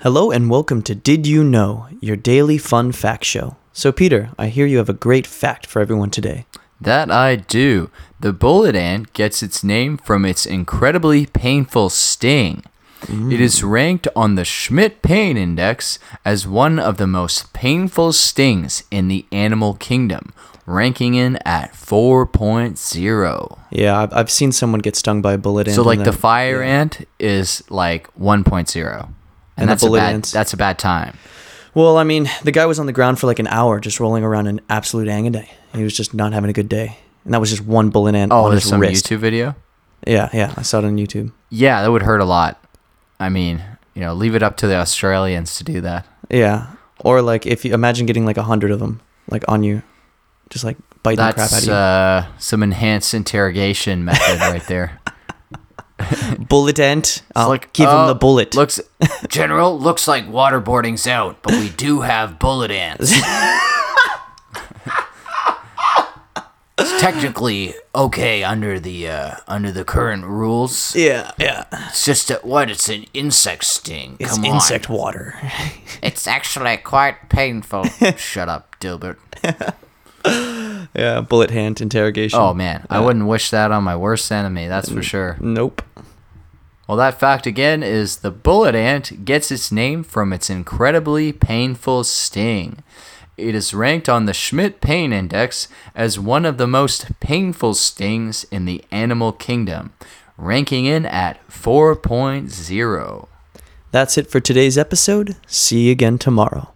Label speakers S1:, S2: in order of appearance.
S1: Hello and welcome to Did You Know, your daily fun fact show. So, Peter, I hear you have a great fact for everyone today.
S2: That I do. The bullet ant gets its name from its incredibly painful sting. It is
S1: Mm.
S2: ranked on the Schmidt Pain Index as one of the most painful stings in the animal kingdom, ranking in at 4.0.
S1: Yeah, I've, I've seen someone get stung by a bullet ant.
S2: So,
S1: and
S2: like, the
S1: that-
S2: fire ant is like 1.0. And,
S1: And the
S2: that's, a
S1: bullet
S2: bad,
S1: ants-
S2: that's a bad time.
S1: Well, I mean, the guy was on the ground for like an hour just rolling around in absolute agony. He was just not having a good day. And that was just one bullet ant
S2: Oh,
S1: on
S2: there's
S1: his
S2: some
S1: wrist.
S2: YouTube video?
S1: Yeah, yeah, I saw it on YouTube.
S2: Yeah, that would hurt a lot. I mean, you know, leave it up to the Australians to do that.
S1: Yeah. Or like if you imagine getting like a hundred of them, like on you, just like biting the crap out of
S2: That's
S1: you.
S2: uh, some enhanced interrogation method right there.
S1: bullet ant. I'll
S2: like,
S1: give him
S2: uh,
S1: the bullet.
S2: Looks, General, looks like waterboarding's out, but we do have bullet ants. it's technically okay under the uh, under the current rules.
S1: Yeah, yeah.
S2: It's just a, what it's an insect sting.
S1: It's
S2: Come
S1: insect water.
S2: on, it's actually quite painful. Shut up, Dilbert.
S1: yeah, bullet hand interrogation.
S2: Oh man,
S1: Uh,
S2: I wouldn't wish that on my worst enemy. That's for sure.
S1: Nope.
S2: Well, that fact again is the bullet ant gets its name from its incredibly painful sting. It is ranked on the Schmidt Pain Index as one of the most painful stings in the animal kingdom, ranking in at 4.0.
S1: That's it for today's episode. See you again tomorrow.